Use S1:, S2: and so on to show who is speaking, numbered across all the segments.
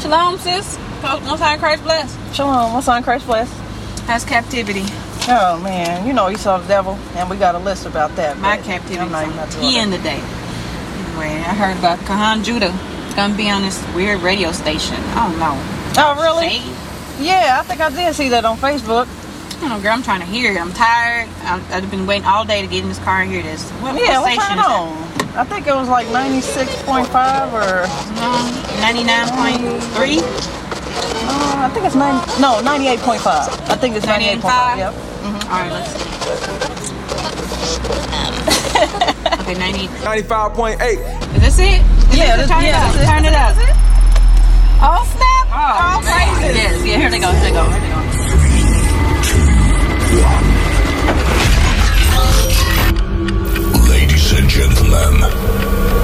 S1: Shalom, sis. Most High in Christ bless.
S2: Shalom, my son Christ bless.
S1: That's captivity.
S2: Oh man, you know you saw the devil, and we got a list about that.
S1: My
S2: but
S1: captivity.
S2: I'm not even about
S1: is
S2: to
S1: on
S2: go there.
S1: Ten today. Anyway, I heard about Kahan Judah. It's gonna be on this weird radio station. I don't know.
S2: Oh really?
S1: Shade.
S2: Yeah, I think I did see that on Facebook.
S1: I don't know, girl. I'm trying to hear it. I'm tired. I- I've been waiting all day to get in this car and hear this. What,
S2: Yeah,
S1: what
S2: what's
S1: station
S2: that
S1: is
S2: on? I think it was like 96.5 or
S1: No, 99.3.
S2: uh, I think it's 90. No, 98.5. I think it's 98.5.
S1: 98.5?
S2: Yep.
S1: All right, let's see. okay, 90.
S3: 95.8.
S1: Is this it? Is
S2: Yeah,
S1: this, it?
S2: this-
S1: turn
S2: yeah,
S1: it up.
S2: this is-
S1: turn it up. Oh, snap. Oh,
S2: Oh,
S1: crazy. Yes, yeah, here they go. Here they go. Here they go.
S4: Ladies and gentlemen,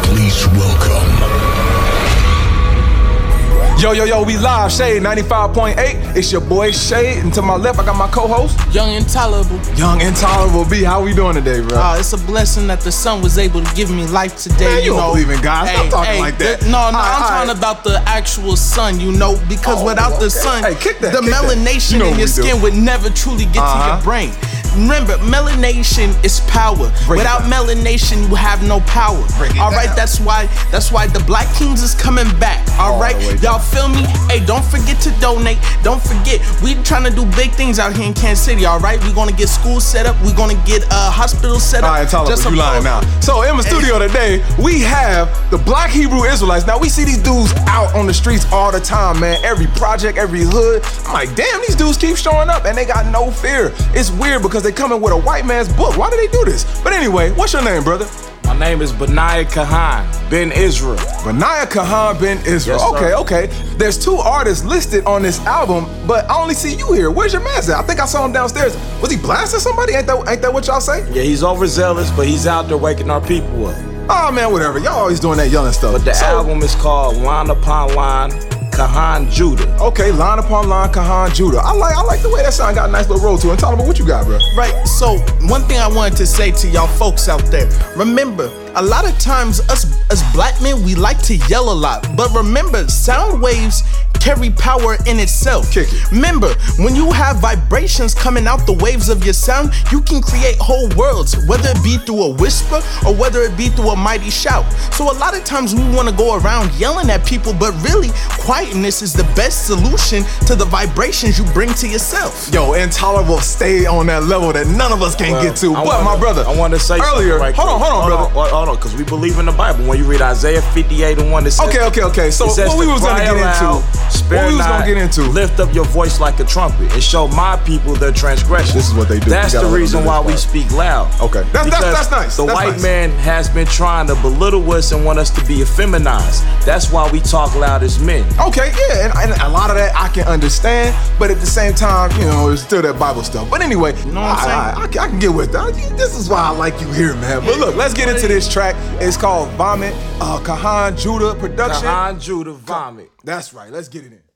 S4: please welcome
S3: Yo, yo, yo, we live. Shade 95.8. It's your boy Shade. And to my left, I got my co-host,
S5: Young and tolerable.
S3: Young Intolerable B. How we doing today, bro?
S5: Ah, it's a blessing that the son was able to give me life today.
S3: Man, you don't
S5: know,
S3: believe in God. Stop talking like that.
S5: no, no,
S3: All right,
S5: I'm
S3: all
S5: talking
S3: right.
S5: about the actual sun, you know, because
S3: Oh,
S5: without
S3: okay.
S5: the sun,
S3: Hey, kick that,
S5: the
S3: kick that.
S5: melanation
S3: You know
S5: in
S3: we
S5: your
S3: do.
S5: skin would never truly get to
S3: Uh-huh.
S5: your brain. Remember, melanation is power.
S3: Break it
S5: without
S3: down.
S5: melanation, you have no power.
S3: Break it
S5: All right,
S3: down.
S5: that's why that's why the Black Kings is coming back.
S3: All
S5: All
S3: the
S5: right,
S3: way down.
S5: y'all feel me? Hey, don't forget to donate. Don't forget, we trying to do big things out here in Kansas City. All right, we gonna get schools set up. We gonna get uh, hospitals set
S3: All
S5: up.
S3: right, Intolerable,
S5: Just
S3: you lying now.
S5: applause.
S3: So in the studio today, we have the Black Hebrew Israelites. Now we see these dudes out on the streets all the time, man. Every project, every hood. I'm like, damn, these dudes keep showing up and they got no fear. It's weird because they coming with a white man's book. Why do they do this? But anyway, what's your name, brother?
S6: My name is Benaiah Kahan, Ben Israel.
S3: Benaiah Kahan Ben Israel.
S6: Yes,
S3: okay,
S6: sir.
S3: okay. There's two artists listed on this album, but I only see you here. Where's your man at? I think I saw him downstairs. Was he blasting somebody? Ain't that ain't that what y'all say?
S6: Yeah, he's overzealous, but he's out there waking our people up.
S3: Oh man, whatever. Y'all always doing that yelling stuff.
S6: But the
S3: So-
S6: album is called Line Upon Line, Kahan Judah.
S3: Okay, line upon line, Kahan Judah. I like I like the way that sound got a nice little roll to it. Tell them what you got, bro.
S5: Right. So one thing I wanted to say to y'all folks out there, remember, a lot of times us as black men, we like to yell a lot. But remember, sound waves carry power in itself.
S3: Kick it.
S5: Remember, when you have vibrations coming out the waves of your sound, you can create whole worlds, whether it be through a whisper or whether it be through a mighty shout. So a lot of times we want to go around yelling at people, but really quietness is the best solution to the vibrations you bring to yourself.
S3: Yo, intolerable stay on that level that none of us can
S6: Well,
S3: get to.
S6: I
S3: But
S6: wanna-
S3: my brother,
S6: I wanted to say
S3: earlier.
S6: something right
S3: hold on,
S6: quick.
S3: hold on, brother.
S6: Hold on, because we believe in the Bible. When you read Isaiah 58 and 1, it says,
S3: Okay, okay, okay. So
S6: it says
S3: what we
S6: to
S3: was gonna
S6: cry
S3: get
S6: aloud,
S3: into-
S6: spare
S3: what we was
S6: not,
S3: gonna get into-
S6: Lift up your voice like a trumpet and show my people their transgressions.
S3: This is what they do.
S6: That's
S3: You gotta let them
S6: the
S3: do
S6: reason
S3: this
S6: why we
S3: part.
S6: speak loud.
S3: Okay. That's- that's-
S6: Because
S3: that's nice.
S6: The
S3: That's
S6: white
S3: nice.
S6: man has been trying to belittle us and want us to be effeminized. That's why we talk loud as men.
S3: Okay, yeah, and, and a lot of that I can understand, but at the same time, you know, it's still that Bible stuff. But anyway,
S5: know what I'm
S3: I-
S5: saying?
S3: I, I can- I can get with that. This is why I like you here, man. But look, let's get into this track. It's called Vomit, uh, Kahan Judah Production.
S6: Kahan Judah vomit.
S3: That's right. Let's get it in.